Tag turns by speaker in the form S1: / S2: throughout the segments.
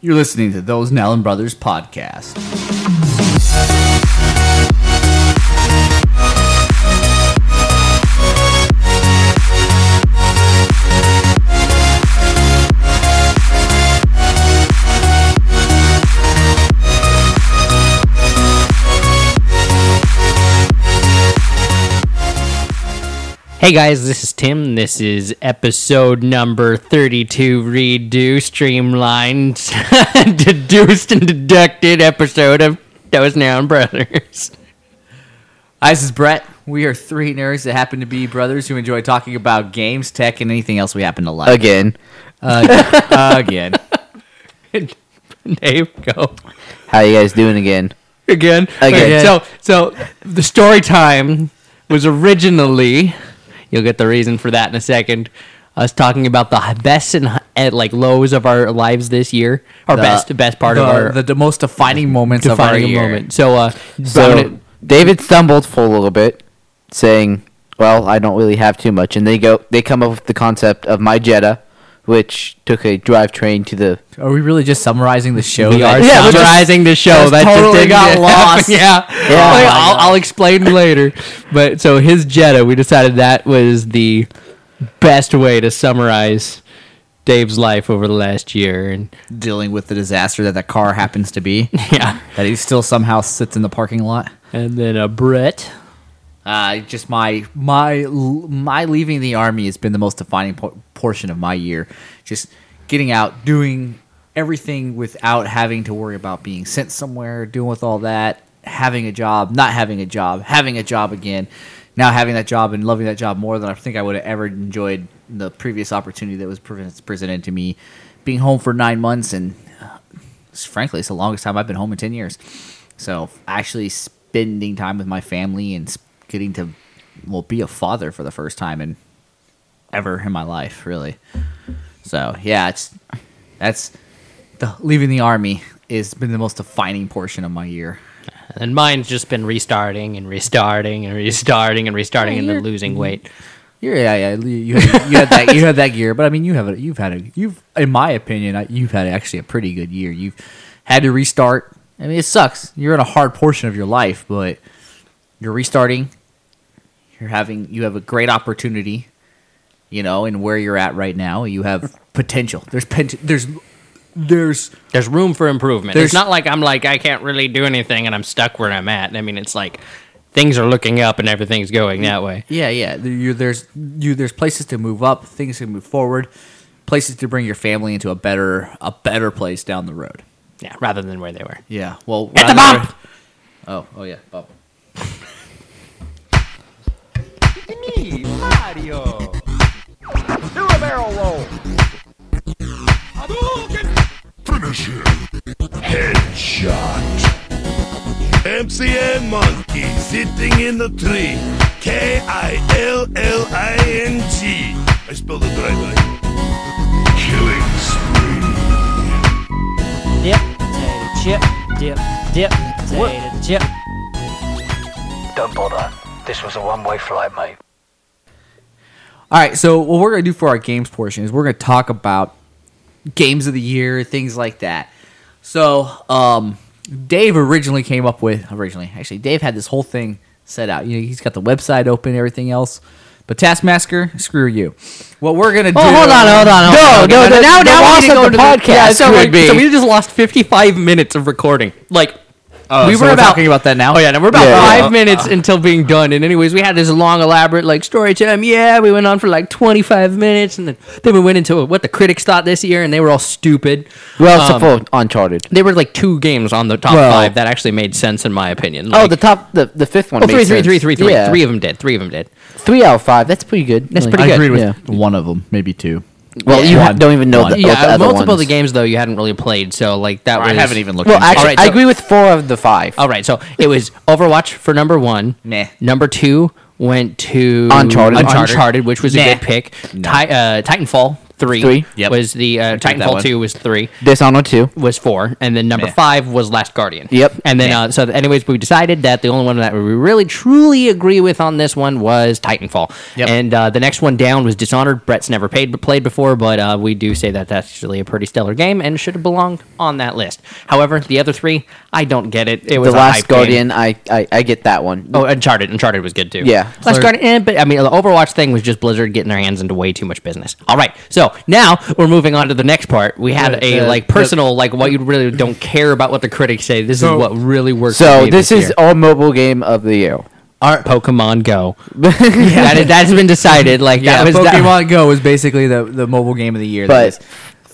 S1: You're listening to Those Nellen Brothers podcast.
S2: Hey guys, this is Tim. This is episode number 32 Redo Streamlined Deduced and Deducted episode of Those Noun Brothers.
S1: Hi, this is Brett. We are three nerds that happen to be brothers who enjoy talking about games, tech, and anything else we happen to like.
S3: Again.
S1: Again.
S2: Dave, go.
S3: How you guys doing again?
S2: Again.
S3: Again.
S2: So, so the story time was originally, you'll get the reason for that in a second, us talking about the best and hi- eh, like lows of our lives this year. Our
S1: The-
S2: best, best part
S1: the,
S2: of our
S1: the, the most defining moments
S2: defining
S1: of our year.
S2: moment. So, uh,
S3: So
S2: dominant-
S3: David stumbled for a little bit, saying, "Well, I don't really have too much." And they go, they come up with the concept of my Jetta, which took a drivetrain to the.
S1: Are we really just summarizing the show?
S2: We
S1: that-
S2: are
S3: Yeah, we're just-
S2: summarizing the show.
S1: just
S2: That
S1: totally
S2: just didn't
S1: got
S2: happen.
S1: lost.
S2: Yeah,
S3: Yeah.
S2: Like,
S3: Oh my
S2: I'll, I'll explain later. But so his Jetta, we decided that was the best way to summarize Dave's life over the last year. And
S1: dealing with the disaster that that car happens to be.
S2: yeah,
S1: that he still somehow sits in the parking lot.
S2: and then a Brett.
S1: Uh, just my my my leaving the army has been the most defining po- portion of my year. Just getting out, doing everything without having to worry about being sent somewhere, doing with all that, having a job, not having a job, having a job again, now having that job and loving that job more than I think I would have ever enjoyed the previous opportunity that was pre- presented to me. Being home for nine months and it's- frankly, it's the longest time I've been home in 10 years. So actually spending time with my family and s- getting to, well, be a father for the first time in ever in my life, really. So yeah, it's, that's the leaving the army has been the most defining portion of my year.
S2: And mine's just been restarting and restarting and restarting and restarting and then losing weight.
S1: Yeah, yeah, yeah. You, you, had, you had that. You had that gear, but I mean, you have a, You've had a. You've, in my opinion, I- you've had actually a pretty good year. You've had to restart. I mean, it sucks. You're in a hard portion of your life, but you're restarting. You're having. You have a great opportunity. You know, and where you're at right now, you have potential. There's pen, There's. There's.
S2: There's room for improvement.
S1: There's-
S2: it's not like I'm like I can't really do anything and I'm stuck where I'm at. I mean, it's like things are looking up and everything's going that way.
S1: Yeah, yeah. There- You, there's you. There's places to move up. Things to move forward. Places to bring your family into a better a better place down the road.
S2: Yeah, rather than where they were.
S1: Yeah. Well,
S2: Get the
S1: rather-
S2: bop!
S1: Oh, oh yeah, bop.
S4: me, Mario. Do a barrel roll.
S5: Finish him. Headshot. MCN Monkey sitting in the tree. K I L L I N G. I spelled it the right way. Killing spree.
S6: Dip, potato chip, dip, dip, potato chip.
S7: Don't bother. This was a one-way flight, mate.
S1: All right, so what we're gonna do for our games portion is we're gonna talk about games of the year, things like that. So, um, Dave originally came up with originally actually Dave had this whole thing set out. You know, he's got the website open, everything else. But Taskmaster, screw you. What we're gonna do?
S2: Oh, hold on, hold on, hold on.
S3: no, the- the loss of the podcast
S2: so,
S3: could
S2: like,
S3: be-
S2: so we just lost 55 minutes of recording. Like,
S3: Oh,
S1: Oh,
S2: we
S1: so
S2: were
S1: we're
S2: about,
S1: talking about that now?
S2: Oh, yeah, no, we're about
S3: Yeah, yeah.
S2: five minutes until being done. And, anyways, we had this long, elaborate, like, story time. Yeah, we went on for like 25 minutes. And then, then we went into what the critics thought this year, and they were all stupid.
S3: Well,
S2: Um,
S3: except for Uncharted.
S2: There were like two games on the top
S3: Well-
S2: five that actually made sense, in my opinion.
S3: Oh,
S2: Like,
S3: the top, the the fifth one.
S2: oh,
S3: made
S2: three, three,
S3: sense.
S2: three, three, three.
S3: Yeah.
S2: Three of them did. Three of them did.
S3: three out of five. That's pretty good. That's
S2: pretty
S1: I
S2: good.
S1: agree with
S3: Yeah.
S1: one of them, maybe two.
S3: Well,
S2: Yeah.
S3: you ha-
S2: One.
S3: don't even know
S1: One.
S3: the, what
S2: yeah,
S3: the other
S2: multiple of the
S3: ones-
S2: games though you hadn't really played, so like that was
S1: I haven't even looked.
S3: Well,
S1: into
S3: actually,
S1: it.
S2: right,
S3: I
S2: so- Oh.
S3: agree with four of the five.
S2: All right, so it was Overwatch for number one.
S1: Meh.
S2: Number two went to
S3: Uncharted.
S2: Uncharted, which was
S1: Meh.
S2: a good pick. Ti- uh, Titanfall three.
S3: Three.
S1: Yep.
S2: was the uh,
S1: that
S2: Titanfall
S1: one.
S2: two was three
S3: Dishonored 2.
S2: was four, and then number
S1: Yeah.
S2: five was Last Guardian.
S3: Yep.
S2: And then uh, so, anyways, we decided that the only one that we really truly agree with on this one was Titanfall.
S1: Yep.
S2: And uh, the next one down was Dishonored. Brett's never paid played before, but uh, we do say that that's actually a pretty stellar game and should have belonged on that list. However, the other three, I don't get it. It was
S3: The
S2: a
S3: Last
S2: hype game.
S3: Guardian, I, I, I get that one.
S2: Oh, Uncharted. Uncharted was good too.
S3: Yeah.
S2: Last Guardian. eh, But I mean, the Overwatch thing was just Blizzard getting their hands into way too much business. All right. So now we're moving on to the next part. We had
S1: The-
S2: a
S1: the-
S2: like
S1: the-
S2: personal, like what you really don't care about what the critics say. This
S1: So-
S2: is what really works. for
S3: So
S2: me
S3: this is
S2: year.
S3: our mobile game of the year.
S2: Pokemon Go. That is, that's been decided. Like
S1: Yeah,
S2: that was that-
S1: Pokemon Go was basically the, the mobile game of the year. that
S3: But
S1: is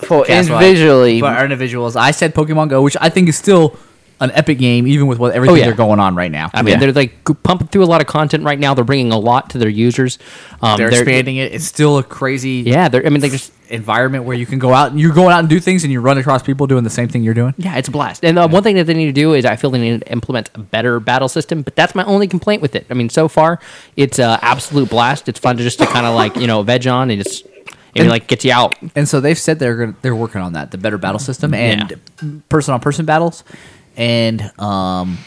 S3: for
S1: cast wide.
S3: individually,
S1: for our individuals, I said Pokemon Go, which I think is still an epic game, even with what everything
S2: Oh, yeah.
S1: they're going on right now.
S2: I mean,
S3: Yeah.
S2: they're like g- pumping through a lot of content right now. They're bringing a lot to their users. Um,
S1: they're, expanding it. It's still a crazy
S2: Yeah, they're, I mean, they just
S1: environment where you can go out and you're going out and do things, and you run across people doing the same thing you're doing.
S2: Yeah, it's a blast. And uh, one thing that they need to do is I feel they need to implement a better battle system, but that's my only complaint with it. I mean, so far, it's an absolute blast. It's fun to just to kind of like, you know, veg on and just, and, like gets you out.
S1: And so they've said they're gonna, they're working on that, the better battle system and person on person battles, and um,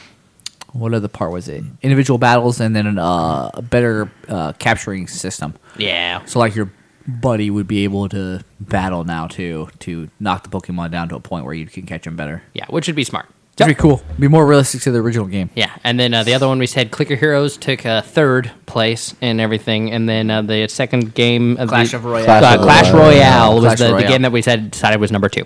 S1: what other part was it? Individual battles and then uh, a better uh, capturing system.
S2: Yeah.
S1: So like your buddy would be able to battle now too to knock the Pokemon down to a point where you can catch them better.
S2: Yeah, which would be smart.
S1: It'd be cool. Be more realistic to the original game.
S2: Yeah, and then uh, the other one we said Clicker Heroes took uh, third place and everything, and then uh, the second game of
S1: Clash
S2: the,
S1: of Royale.
S2: Clash, uh, Clash Royale was
S1: Clash
S2: the, the
S1: Royale.
S2: game that we said decided was number two,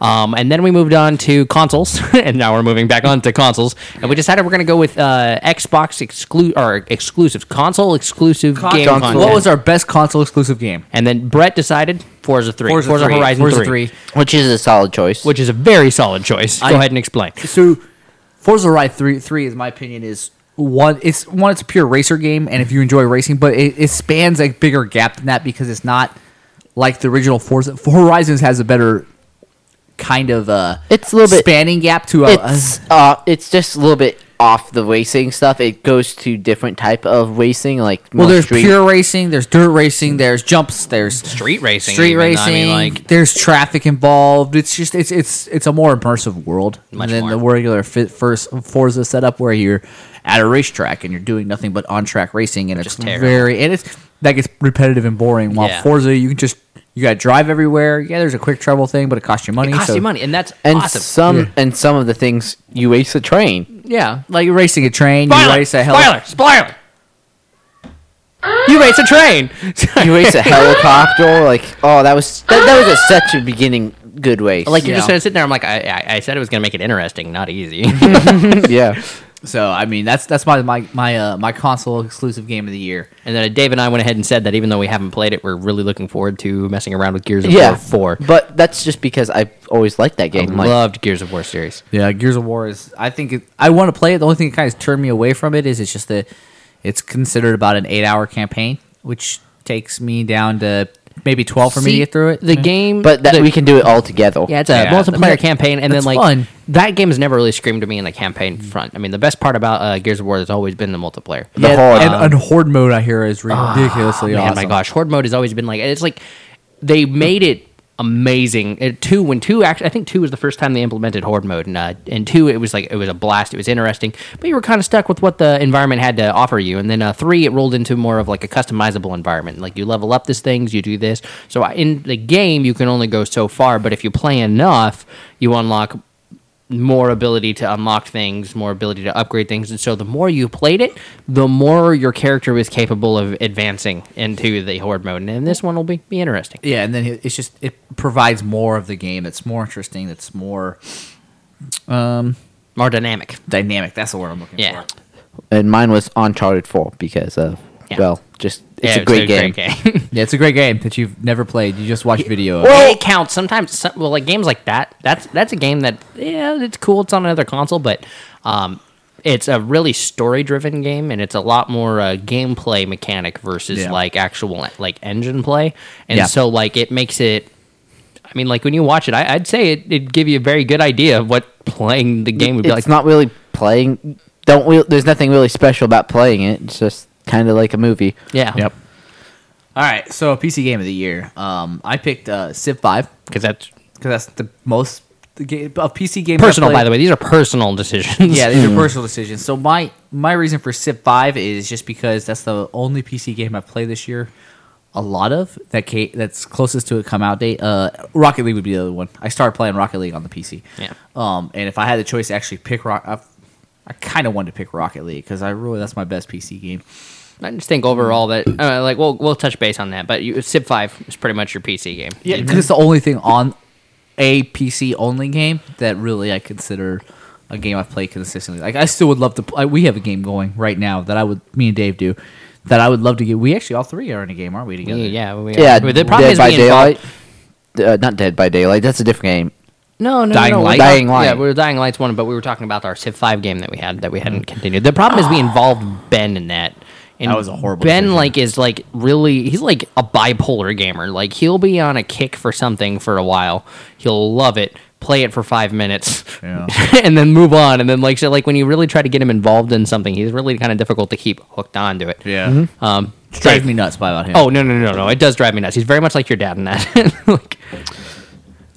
S2: um, and then we moved on to consoles, and now we're moving back on to consoles, and we decided we're gonna go with uh, Xbox exclu- or exclusive console exclusive game.
S1: Console.
S2: content.
S1: What was our best console exclusive game?
S2: And then Brett decided Forza Three,
S1: Forza
S2: Forza
S1: 3,
S2: Horizon
S1: Forza
S2: 3,
S1: 3.
S3: which is a solid choice.
S2: which is a very solid choice.
S1: I-
S2: go ahead and explain.
S1: So Forza Horizon three three is my opinion is one it's one it's a pure racer game and if you enjoy racing, but it, it spans a bigger gap than that because it's not like the original Forza Horizons has a better kind of uh
S3: It's a little bit-
S1: spanning gap to a,
S3: it's uh, it's just a little bit off the racing stuff. It goes to different type of racing, like
S1: well
S3: more
S1: there's
S3: street-
S1: pure racing, there's dirt racing, there's jumps, there's
S2: Street racing,
S1: street
S2: even. I mean,
S1: racing.
S2: like-
S1: there's traffic involved. It's just it's it's it's a more immersive world
S2: Much
S1: than
S2: more.
S1: the regular fit first Forza setup where you're at a racetrack and you're doing nothing but on track racing, and it's
S2: is terrible.
S1: very and it's that gets repetitive and boring. While
S2: Yeah.
S1: Forza, you can just you got to drive everywhere. Yeah, there's a quick travel thing, but it costs you money.
S2: It costs
S1: so-
S2: you money, and that's
S3: and
S2: awesome.
S3: some and some of the things you race a train.
S1: Yeah, like you're racing a train, you
S2: Spoiler!
S1: race a heli-
S2: spoiler! Spoiler! You race a train.
S3: You race a helicopter. Like oh, that was that, that was a, such a beginning good race.
S2: like you're just
S1: Yeah.
S2: gonna sit there. I'm like, I, I, I said it was gonna make it interesting, not easy.
S3: yeah,
S1: So I mean, that's that's my my my uh, my console exclusive game of the year.
S2: and then Dave and I went ahead and said that even though we haven't played it, we're really looking forward to messing around with Gears of
S3: yeah,
S2: War Four.
S3: But that's just because I always liked that game. Like,
S2: Loved Gears of War series.
S1: Yeah, Gears of War is. I think it, I want to play it. The only thing that kind of turned me away from it is it's just that it's considered about an eight-hour campaign, which takes me down to maybe twelve for me to get through it.
S2: The game,
S3: but that
S2: the-
S3: we can do it all together.
S2: Yeah, it's a
S1: Yeah,
S2: multiplayer
S1: but
S2: campaign, and then
S1: that's
S2: like
S1: fun.
S2: that game has never really screamed to me in the campaign
S1: Mm-hmm.
S2: front. I mean, the best part about uh, Gears of War has always been the multiplayer.
S3: The horde.
S1: and, and horde mode I hear is ridiculously
S2: Ah, Oh, man,
S1: awesome.
S2: my gosh, horde mode has always been like it's like they made it amazing. It, two when two actually, I think two was the first time they implemented horde mode, and uh, and two it was like it was a blast. It was interesting, but you were kind of stuck with what the environment had to offer you. And then uh, three, it rolled into more of like a customizable environment. Like you level up these things, you do this. So I- in the game, you can only go so far, but if you play enough, you unlock more ability to unlock things, more ability to upgrade things. And so the more you played it, the more your character was capable of advancing into the horde mode. And, this one will be, be interesting.
S1: Yeah, and then it- it's just it provides more of the game. It's more interesting. It's more
S2: More dynamic.
S1: dynamic. That's the word I'm looking
S2: Yeah.
S1: for.
S3: and mine was Uncharted Four because of
S2: Yeah.
S3: well, just it's
S2: Yeah,
S3: a great game.
S2: game.
S1: Yeah, it's a great game that you've never played. You just watch video. Of.
S2: well, it counts. Sometimes, some, well, like games like that, that's that's a game that, yeah, it's cool. It's on another console, but um, it's a really story driven game and it's a lot more uh, gameplay mechanic versus
S1: Yeah.
S2: like actual like engine play. And
S1: Yeah.
S2: so, like, it makes it I mean, like when you watch it, I, I'd say it, it'd give you a very good idea of what playing the game would be
S3: it's
S2: like.
S3: not really playing. Don't we, there's nothing really special about playing it. It's just kind of like a movie.
S2: yeah.
S1: Yep. All right, so PC game of the year. Um, I picked uh, Civ Five
S2: because that's
S1: because that's the most the game, of PC games. I've
S2: personal.
S1: played.
S2: By the way, these are personal decisions.
S1: Yeah, these are personal decisions. So my my reason for Civ Five is just because that's the only PC game I've played this year. A lot of that ca- that's closest to a come out date. Uh, Rocket League would be the other one. I started playing Rocket League on the PC.
S2: Yeah.
S1: Um, and if I had the choice to actually pick Rock, I, I kind of wanted to pick Rocket League because I really that's my best PC game.
S2: I just think overall that uh, like we'll we'll touch base on that, but you, Civ Five is pretty much your PC game.
S1: Yeah, because it's the only thing on a PC only game that really I consider a game I've played consistently. Like I still would love to. Play, we have a game going right now that I would, me and Dave do, that I would love to get. We actually all three are in a game, aren't we?
S2: yeah,
S1: Together?
S2: yeah. we are.
S3: Yeah,
S2: But
S3: Dead by
S2: we involve-
S3: Daylight. Uh, not Dead by Daylight. That's a different game.
S2: No, no,
S1: Dying
S2: no, no, we're
S1: Light?
S2: not-
S3: Dying Light.
S2: Yeah, we were Dying Light's one, but we were talking about our Civ Five game that we had that we hadn't continued. The problem is we involved Ben in that. And
S1: That was a horrible
S2: Ben
S1: decision.
S2: like is like really he's like a bipolar gamer. Like he'll be on a kick for something for a while. He'll love it, play it for five minutes,
S1: Yeah.
S2: and then move on. And then like so like when you really try to get him involved in something, he's really kind of difficult to keep hooked on to it.
S1: yeah.
S2: Um.
S1: It drives me nuts by about him.
S2: Oh no no no no! It does drive me nuts. He's very much like your dad in that. like,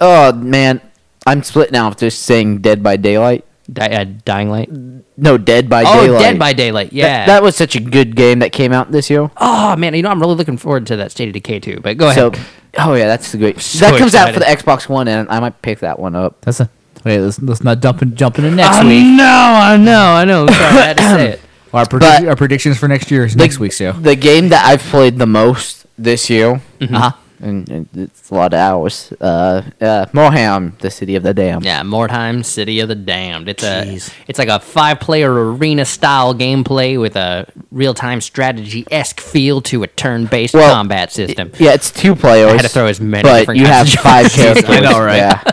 S3: Oh man, I'm split now. Just saying Dead by Daylight.
S2: Di- uh, Dying Light.
S3: No, Dead by
S2: Oh,
S3: Daylight.
S2: Dead by Daylight.
S3: Th-
S2: Yeah.
S3: that was such a good game that came out this year.
S2: Oh man, you know I'm really looking forward to that State of Decay too. But go
S3: So,
S2: ahead.
S3: oh yeah, that's the great.
S2: So
S3: that comes out for the
S2: excited.
S3: Xbox One, and I might pick that one up.
S1: that's a wait. Let's, let's not dump in, jump into next week.
S2: no, I know, I know. Sorry, I had to say it.
S1: Our, predict- our predictions for next year is next week's show.
S3: The game that I've played the most this year,
S2: Mm-hmm.
S1: Uh-huh.
S3: and, and it's a lot of hours. Uh, uh, Moham, the city of the damned.
S2: Yeah, Mordheim, City of the Damned. It's a, it's like a five-player arena-style gameplay with a real-time strategy-esque feel to a turn-based
S3: Well,
S2: combat system.
S3: Yeah, it's two players.
S2: I had to throw as many
S3: but
S2: different
S3: you have
S2: kinds of
S3: five
S2: genres.
S3: characters.
S1: I know, right?
S3: Yeah.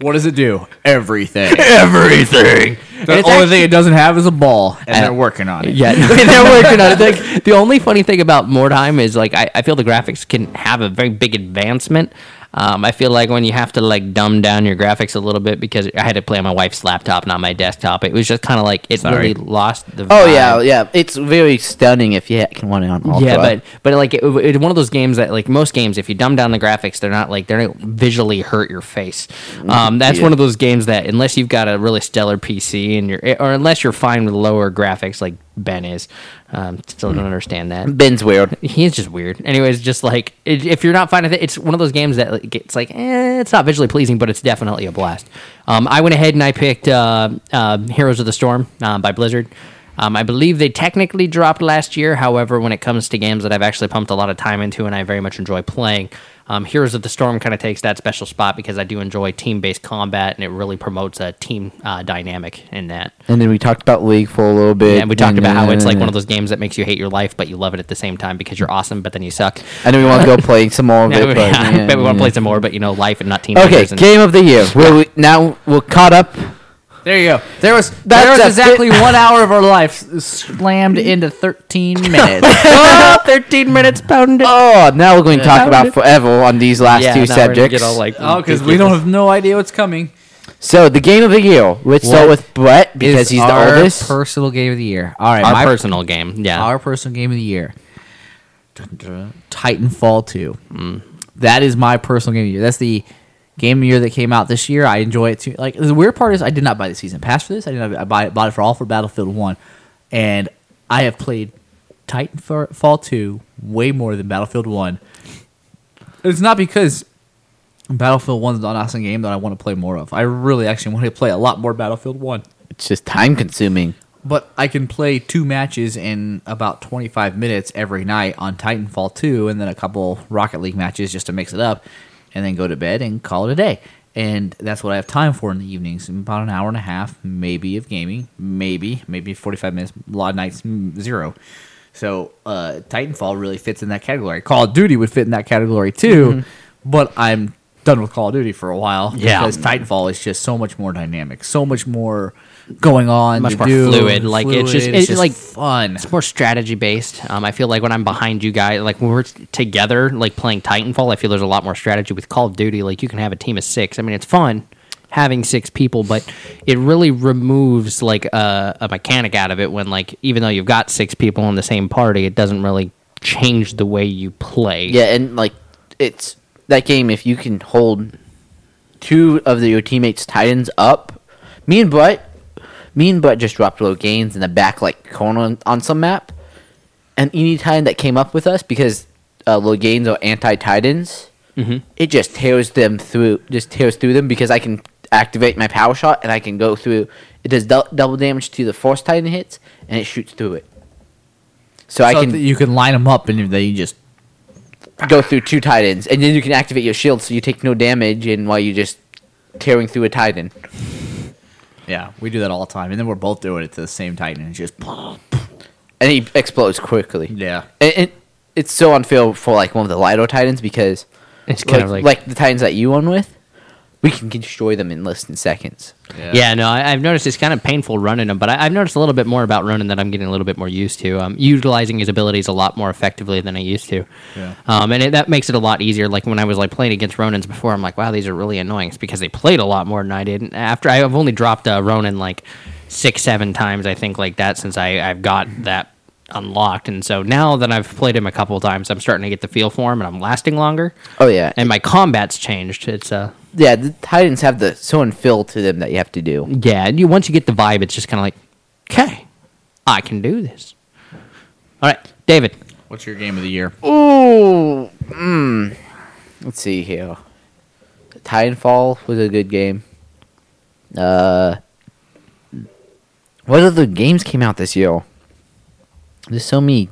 S1: What does it do? Everything.
S2: Everything.
S1: the only thing it doesn't have is a ball, and
S2: And-
S1: they're working on it.
S2: Yeah, they're working on it. Like, the only funny thing about Mordheim is like I, I feel the graphics can have a very big advancement. Um, I feel like when you have to like dumb down your graphics a little bit because I had to play on my wife's laptop, not my desktop. It was just kind of like it really lost the.
S3: Oh
S2: vibe.
S3: yeah, yeah. It's very stunning if you ha- can run it on all.
S2: Yeah,
S3: drive.
S2: but but like it, it's one of those games that like most games, if you dumb down the graphics, they're not like they don't visually hurt your face. Um, that's
S3: Yeah.
S2: one of those games that unless you've got a really stellar PC and you're or unless you're fine with lower graphics like Ben is, um, still don't understand that.
S3: Ben's weird.
S2: He's just weird. Anyways, just like it, if you're not fine with it, it's one of those games that like, it's like eh, it's not visually pleasing, but it's definitely a blast. Um, I went ahead and I picked uh, uh, Heroes of the Storm uh, by Blizzard. Um, I believe they technically dropped last year. However, when it comes to games that I've actually pumped a lot of time into and I very much enjoy playing, um, Heroes of the Storm kind of takes that special spot because I do enjoy team-based combat and it really promotes a team uh, dynamic in that.
S3: And then we talked about League for a little bit.
S2: Yeah, and we talked about how it's like one of those games that makes you hate your life, but you love it at the same time because you're awesome, but then you suck.
S3: And then we want to go play some more of
S2: Yeah,
S3: it.
S2: we-
S3: but,
S2: yeah,
S3: yeah,
S2: but we want
S3: yeah.
S2: to play some more, but you know, life and not
S3: Okay,
S2: teenagers. and-
S3: game of the year. Where we now we're caught up.
S1: There you go. There was there
S3: That's
S1: was
S3: a
S1: exactly one hour of our life slammed
S3: Mm.
S1: into thirteen minutes.
S2: Oh, 13 minutes pounded.
S3: Oh, now we're going to talk about forever on these last
S2: Yeah,
S3: two
S2: now we're gonna
S3: subjects.
S2: Get all, like,
S1: oh, because we don't have no idea what's coming.
S3: so the game of the year. Let's start with Brett because
S1: Is
S3: he's the
S1: our
S3: oldest.
S1: Personal game of the year. All right,
S2: our
S1: my
S2: personal game. Yeah.
S1: our personal game of the year. Dun, dun. Titanfall two. That is my personal game of the year. That's the game of the year that came out this year. I enjoy it too. Like the weird part is I did not buy the season pass for this. I did not I buy bought it for all for Battlefield One, and I have played Titanfall two way more than Battlefield One. It's not because Battlefield One's not an awesome game that I want to play more of. I really actually want to play a lot more Battlefield One
S3: it's just time consuming.
S1: but I can play two matches in about 25 minutes every night on Titanfall 2 and then a couple Rocket League matches just to mix it up and then go to bed and call it a day. And that's what I have time for in the evenings, about an hour and a half maybe of gaming, maybe, maybe 45 minutes, a lot of nights mm, zero. So uh, Titanfall really fits in that category. Call of Duty would fit in that category too, but I'm done with Call of Duty for a while
S2: Yeah.
S1: because Titanfall is just so much more dynamic, so much more going on
S2: much
S1: to
S2: more
S1: do.
S2: fluid, like, it's just- it's like-
S1: fun.
S2: It's more strategy based. Um, I feel like when I'm behind you guys, like when we're t- together, like playing Titanfall, I feel there's a lot more strategy with Call of Duty. Like you can have a team of six. I mean, it's fun having six people, but it really removes like a, a mechanic out of it when like even though you've got six people in the same party, it doesn't really change the way you play.
S3: Yeah, and like it's that game. If you can hold two of the, your teammates' Titans up, me and Butt, me and Butt just dropped low gains in the back like corner on, on some map, and any Titan that came up with us because uh, low gains are anti Titans, it just tears them through. Just tears through them because I can activate my power shot and I can go through. It does dou- double damage to the force Titan hits and it shoots through it. So, I
S1: so
S3: can
S1: th- you can line them up and they just
S3: go through two titans, and then you can activate your shield so you take no damage, and while you're just tearing through a titan.
S1: yeah we do that all the time and then we're both doing it to the same titan and it's just
S3: And he explodes quickly.
S1: yeah
S3: And, and it's so unfair for like one of the Lido titans because
S2: It's
S3: like,
S2: kind of like,
S3: like the titans that you won with, we can destroy them in less than seconds.
S2: yeah. no, I, I've noticed it's kind of painful running him, but I, I've noticed a little bit more about Ronan that I'm getting a little bit more used to. Um, utilizing his abilities a lot more effectively than I used to.
S1: Yeah.
S2: Um, and it, that makes it a lot easier. Like when I was like playing against Ronins before, I'm like, wow, these are really annoying. It's because they played a lot more than I did. And after I've only dropped uh, Ronin like six, seven times, I think like that since I, I've got that unlocked. And so now that I've played him a couple of times, I'm starting to get the feel for him and I'm lasting longer.
S3: Oh yeah,
S2: And my combat's changed. It's uh
S3: yeah. The titans have the so unfair to them that you have to do.
S2: yeah. And you once you get the vibe, it's just kind of like, okay, I can do this. All right, David.
S1: what's your game of the year
S3: Ooh, mm. let's see here. Titanfall was a good game. Uh, what other games came out this year? There's so many.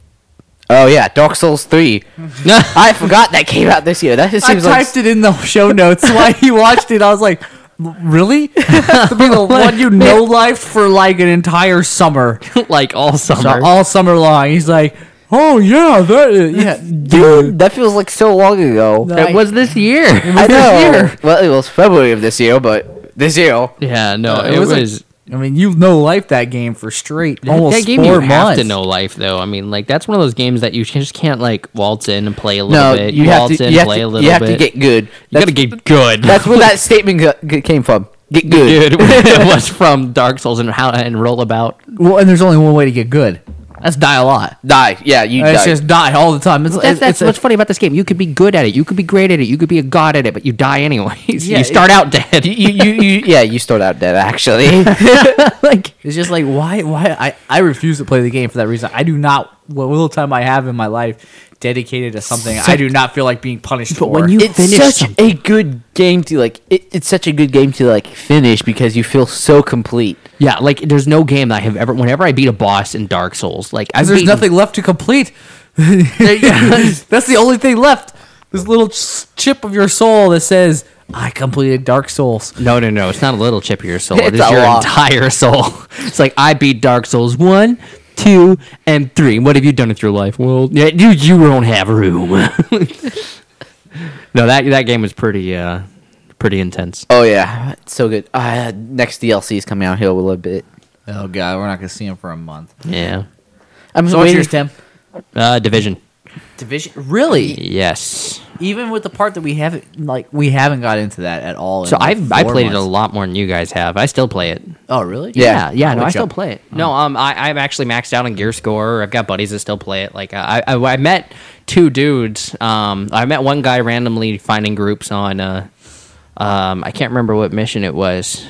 S3: Oh yeah, Dark Souls three. I forgot that came out this year. That just
S1: I
S3: seems
S1: typed
S3: like
S1: it in the show notes while you watched it I was like really the big old one you know life for like an entire summer
S2: like all
S1: So
S2: summer.
S1: all summer long he's like oh yeah that yeah
S3: dude. That feels like so long ago.
S2: it was this year.
S3: I know. Well, it was February of this year, but this year.
S2: Yeah, no,
S1: Uh,
S2: it,
S1: it was
S2: was.
S1: a- I mean, you know life that game for straight almost
S2: that game
S1: four
S2: you
S1: months.
S2: have to know life though. I mean, like that's one of those games that you just can't like waltz in and play a little
S3: No,
S2: bit.
S3: you have
S2: waltz
S3: to.
S2: in,
S3: You have,
S2: play
S3: to,
S2: a little
S3: you have
S2: bit.
S3: to get good.
S2: you gotta
S3: That's-
S2: get good.
S3: That's where that statement go- g- came from. Get good.
S2: dude. it was from Dark Souls and how and Rollabout.
S1: Well, and there's only one way to get good. That's die a lot.
S3: Die. Yeah, you
S1: It's
S3: die.
S1: just die all the time. It's,
S2: That's,
S1: it's,
S2: that's
S1: it's a-
S2: what's funny about this game. You could be good at it. You could be great at it. You could be a god at it, but you die anyways.
S1: Yeah,
S2: you
S1: it-
S2: start out dead.
S3: you, you, you, yeah, you start out dead, actually.
S2: like
S1: it's just like why why I, I refuse to play the game for that reason. I do not what little time I have in my life dedicated to something I do not feel like being punished for.
S2: when you-
S3: it's
S2: finish
S3: such
S2: something.
S3: a good game to, like, it, it's such a good game to, like, finish because you feel so complete.
S2: yeah, like there's no game that I have ever. Whenever I beat a boss in Dark Souls, like I've
S1: there's
S2: beaten-
S1: nothing left to complete. that's the only thing left. This little ch- chip of your soul that says I completed Dark Souls.
S2: No, no, no. It's not a little chip of your soul. It's
S3: It's a
S2: your
S3: lot.
S2: entire soul. It's like I beat Dark Souls one, two, and three. What have you done with your life? Well, yeah, you you don't have room. no, that that game was pretty uh, pretty intense.
S3: Oh, yeah. It's so good. Uh, next DLC is coming out here a little bit.
S1: Oh god, we're not gonna see him for a month.
S2: Yeah.
S3: I'm
S1: So what's
S3: waiting.
S1: yours, Tim?
S2: Uh, Division.
S1: Division? Really?
S2: Yes.
S1: Even with the part that we haven't like we haven't got into that at all. in,
S2: So
S1: like,
S2: I've I
S1: four
S2: played it a
S1: months.
S2: lot more than you guys have. I still play it.
S1: Oh really?
S2: Yeah,
S3: Yeah.
S2: yeah, no,
S1: Good
S2: I still
S1: job.
S2: play it. No, um, I, I'm actually maxed out on Gear Score. I've got buddies that still play it. Like, uh, I, I, I met two dudes. Um, I met one guy randomly finding groups on, uh, um, I can't remember what mission it was.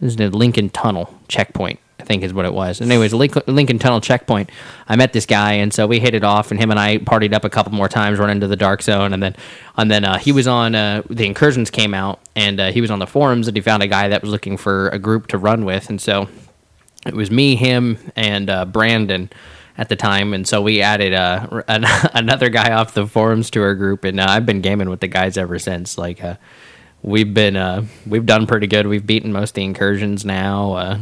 S2: It was the Lincoln Tunnel checkpoint, I think is what it was. And anyways, Link- Lincoln Tunnel checkpoint. I met this guy, and so we hit it off, and him and I partied up a couple more times, run into the dark zone, and then and then uh, he was on uh, the incursions came out, and uh, he was on the forums, and he found a guy that was looking for a group to run with, and so it was me, him, and uh, Brandon at the time, and so we added uh, r- an, another guy off the forums to our group, and uh, I've been gaming with the guys ever since. Like uh, we've been, uh, we've done pretty good. We've beaten most of the incursions now. Uh,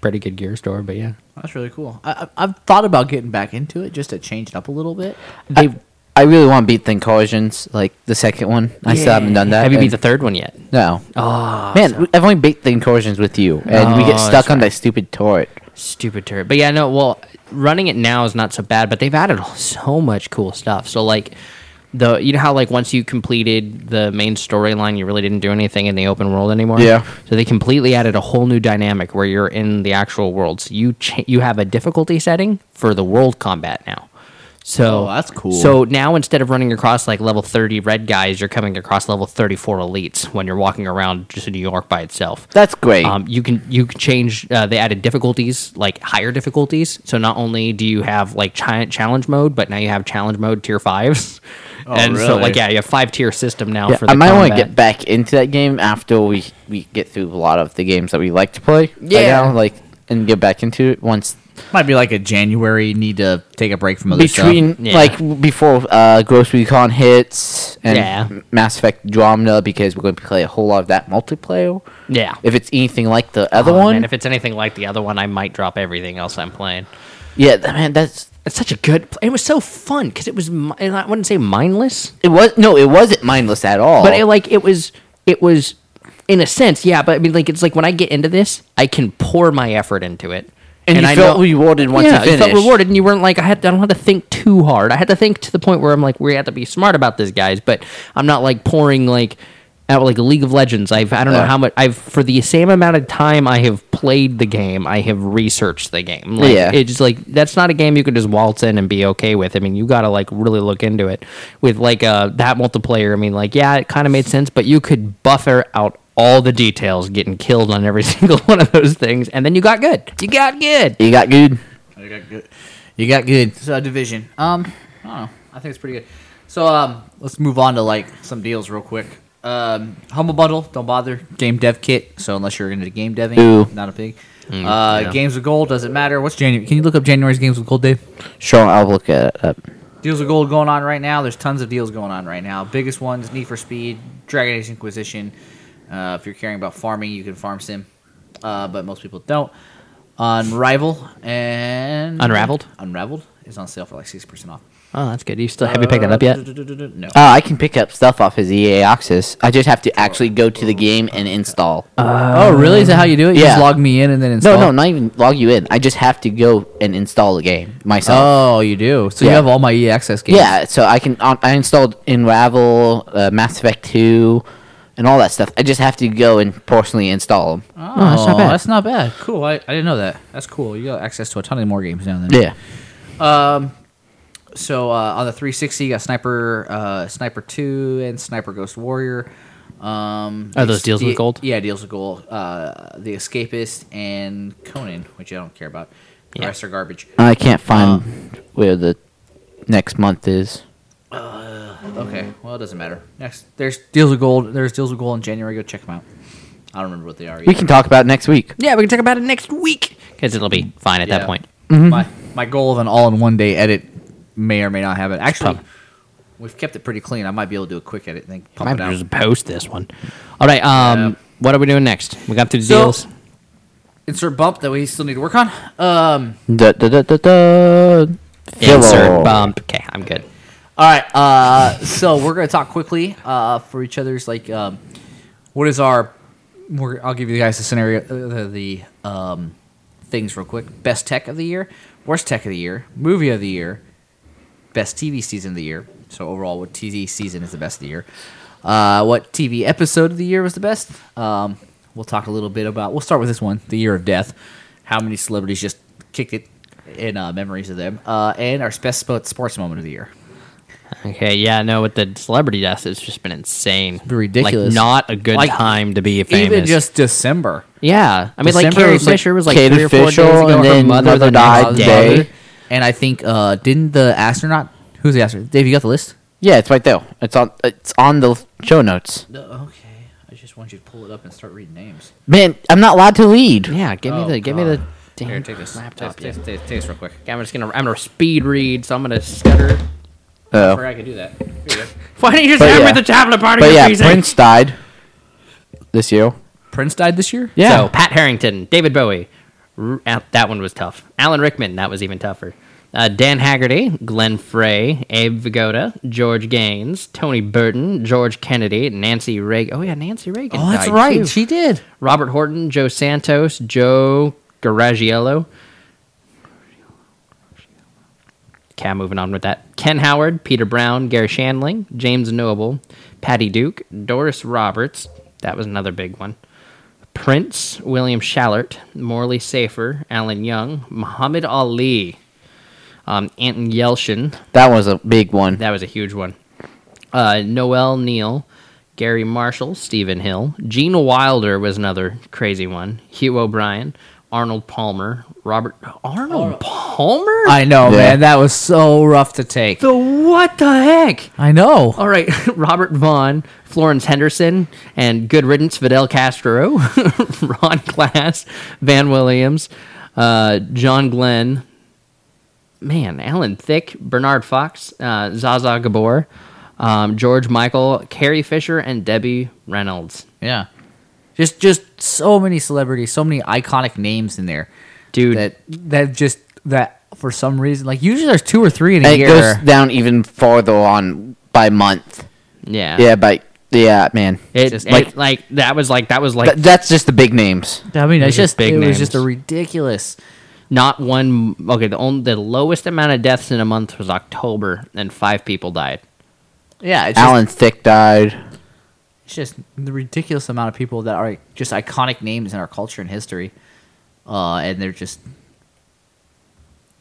S2: pretty good gear store, but yeah,
S1: That's really cool. I, I, I've thought about getting back into it just to change it up a little bit.
S3: I, I really want to beat the incursions, like, the second one. I still haven't done that.
S2: Have you beat
S3: and-
S2: the third one yet?
S3: No. Man, we- I've only baked the incursions with you, and we
S2: Oh,
S3: get
S2: that's
S3: stuck on that stupid turret.
S2: Stupid turret. But yeah, no, well, running it now is not so bad, but they've added so much cool stuff. So, like, the you know how, like, once you completed the main storyline, you really didn't do anything in the open world anymore?
S3: Yeah.
S2: So they completely added a whole new dynamic where you're in the actual world. So you, cha- you have a difficulty setting for the world combat now. So
S1: Oh, that's cool.
S2: So now instead of running across like level 30 red guys, you're coming across level 34 elites when you're walking around just in New York by itself.
S3: That's great.
S2: Um, you can you can change. Uh, they added difficulties, like higher difficulties. So not only do you have like chi- challenge mode, but now you have challenge mode tier fives. Oh, and so
S1: really?
S2: like yeah, you have five tier system now
S3: Yeah,
S2: for the
S3: I might
S2: want to
S3: get back into that game after we we get through a lot of the games that we like to play. Yeah, now, like and get back into it once
S1: Might be like a January need to take a break from other
S3: between
S2: Yeah.
S3: like before uh, Ghost Recon hits and
S2: Yeah.
S3: Mass Effect Andromeda because we're going to play a whole lot of that multiplayer.
S2: Yeah.
S3: If it's anything like the other
S2: Oh,
S3: one,
S2: man, if it's anything like the other one, I might drop everything else I'm playing.
S3: yeah, th- man, that's
S2: It's such a good. It was so fun because it was. mi- and I wouldn't say mindless,
S3: it was no, it wasn't mindless at all.
S2: but it like it was. It was in a sense, yeah. But I mean, like it's like when I get into this, I can pour my effort into it,
S3: and, you
S2: I
S3: felt
S2: know-
S3: rewarded once
S2: yeah,
S3: you finished.
S2: felt rewarded, and you weren't like I had. I don't have to think too hard. I had to think to the point where I'm like, we have to be smart about this, guys. But I'm not like pouring like out like League of Legends. I've I don't know
S3: Yeah.
S2: how much I've for the same amount of time I have played the game. I have researched the game. Like,
S3: Yeah.
S2: it's like that's not a game you can just waltz in and be okay with. I mean, you got to like really look into it with like uh that multiplayer. I mean, like yeah, it kind of made sense, but you could buffer out. All the details getting killed on every single one of those things, and then you got good. You got good.
S3: You got good.
S1: You got good. You got good. So division. Um, I don't know. I think it's pretty good. So um, let's move on to like some deals real quick. Um, humble bundle. Don't bother. Game dev kit. So unless you're into game deving,
S3: Ooh.
S1: not a pig. uh, games with gold doesn't matter. What's January? Can you look up January's games with gold, Dave?
S3: Sure, I'll look at it up. Uh,
S1: Deals with gold going on right now. There's tons of deals going on right now. Biggest ones: Need for Speed, Dragon Age Inquisition. Uh, if you're caring about farming, you can farm sim, uh, but most people don't. Unrival and
S2: Unraveled?
S1: Unraveled is on sale for like sixty percent off.
S2: Oh, that's good. You still have you picked that up yet?
S1: No.
S3: Uh, I can pick up stuff off his EA Access. I just have to actually go to the game and install.
S1: oh, really? Is that how you do it? You
S3: Yeah.
S1: just log me in and then install.
S3: no, no, not even log you in. I just have to go and install the game myself.
S1: Oh, you do. So you
S3: Yeah.
S1: have all my EA access games.
S3: yeah, so I can. on- I installed Unravel, uh, Mass Effect Two, and all that stuff. I just have to go and personally install them.
S1: Oh, that's not bad. That's not bad. Cool. I, I didn't know that. That's cool. You got access to a ton of more games now then.
S3: Yeah,
S1: So uh, on the 360, you got Sniper, uh, Sniper Two, and Sniper Ghost Warrior. Um,
S2: Are those
S1: ex-
S2: deals with
S1: the-
S2: gold?
S1: Yeah, deals with gold. Uh, the Escapist and Conan, which I don't care about. The rest are garbage.
S3: I can't find where the next month is.
S1: Okay, well it doesn't matter. Next, there's deals with gold. There's deals with gold in January. Go check them out. I don't remember what they are.
S3: We can talk about it next week.
S2: Yeah, we can talk about it next week because it'll be fine at
S1: Yeah.
S2: that point.
S1: My my goal of an all-in-one day edit may or may not happen. Actually, we've kept it pretty clean. I might be able to do a quick edit and then pump
S2: Might
S1: it out.
S2: just post this one. All right. Um,
S1: Yeah.
S2: what are we doing next? We got through the
S1: So-
S2: deals.
S1: Insert bump that we still need to work on. Um,
S3: Da, da, da, da, da.
S2: Insert
S3: Filler.
S2: bump. Okay, I'm good.
S1: All right. Uh, so we're gonna talk quickly uh, for each other's like, um, what is our? We're, I'll give you guys the scenario, uh, the, the um, things real quick. Best tech of the year, worst tech of the year, movie of the year, best TV season of the year. So overall, what TV season is the best of the year? Uh, what TV episode of the year was the best? Um, we'll talk a little bit about. We'll start with this one, the year of death. How many celebrities just kicked it in uh, memories of them? Uh, and our best spo- sports moment of the year.
S2: Okay. Yeah. No, with the celebrity deaths, it's just been insane.
S1: been ridiculous.
S2: Like, not a good
S1: Like,
S2: time to be famous.
S1: Even just December.
S2: yeah. I mean, like
S1: December
S2: Carrie
S1: was, like,
S2: Fisher was like
S3: Carrie
S2: three or four
S3: Fisher,
S2: days ago.
S3: and
S2: her
S3: then
S2: mother,
S3: mother
S2: the next
S3: died
S2: day.
S3: day.
S1: And I think uh didn't the astronaut who's the astronaut? Dave, you got the list?
S3: Yeah, it's right there. It's on. It's on the show notes.
S1: No, okay. I just want you to pull it up and start reading names.
S3: Man, I'm not allowed to lead.
S2: Yeah. Give me
S1: Oh,
S2: the. Give me
S1: God.
S2: the. Damn
S1: Here, take this
S2: laptop.
S1: Take,
S2: yeah.
S1: take, take- take this real quick.
S2: Okay, I'm just gonna. I'm gonna speed read, so I'm gonna stutter.
S3: Oh.
S1: Or I could do that. Here you go.
S2: Why don't you just
S3: But
S2: have
S3: yeah.
S2: me the tablet part of
S3: But
S2: your
S3: yeah,
S2: piece?
S3: Prince died this year.
S1: Prince died this year?
S3: Yeah.
S2: So Pat Harrington, David Bowie, R- Al- that one was tough. Alan Rickman, that was even tougher. Uh, Dan Haggerty, Glenn Frey, Abe Vigoda, George Gaines, Tony Burton, George Kennedy, Nancy Reagan. Oh yeah, Nancy Reagan.
S1: Oh, that's
S2: died,
S1: right.
S2: too.
S1: She did.
S2: Robert Horton, Joe Santos, Joe Garaggiolo. Okay, I'm moving on with that. Ken Howard, Peter Brown, Gary Shandling, James Noble, Patty Duke, Doris Roberts. That was another big one. Prince, William Shallert, Morley Safer, Alan Young, Muhammad Ali. Um, Anton Yelchin,
S3: That was a big one.
S2: that was a huge one. Uh, Noel Neal, Gary Marshall, Stephen Hill, Gene Wilder was another crazy one. Hugh O'Brien, Arnold Palmer, Robert Arnold Palmer.
S1: I know,
S3: Yeah.
S1: man. That was so rough to take.
S2: the what the heck?
S1: I know.
S2: All right, Robert Vaughn, Florence Henderson, and good riddance, Fidel Castro, Ron Glass, Van Williams, uh, John Glenn, man, Alan Thicke, Bernard Fox, uh, Zaza Gabor, um, George Michael, Carrie Fisher, and Debbie Reynolds.
S1: Yeah. Just just so many celebrities, so many iconic names in there.
S2: Dude.
S1: That that just that for some reason like usually there's two or three in a
S3: And it
S1: year.
S3: goes down even farther on by month.
S2: Yeah,
S3: Yeah, by yeah, man.
S2: It,
S1: Just
S2: it-
S1: like-
S2: like that was like that was like
S3: Th- that's just the big names.
S1: I mean, it's
S2: Those are
S1: just
S2: big
S1: it was
S2: names.
S1: just a ridiculous.
S2: not one. Okay, the only the lowest amount of deaths in a month was October, and five people died.
S1: Yeah, it's just,
S3: Alan Thicke died.
S1: it's just the ridiculous amount of people that are just iconic names in our culture and history, uh, and they're just.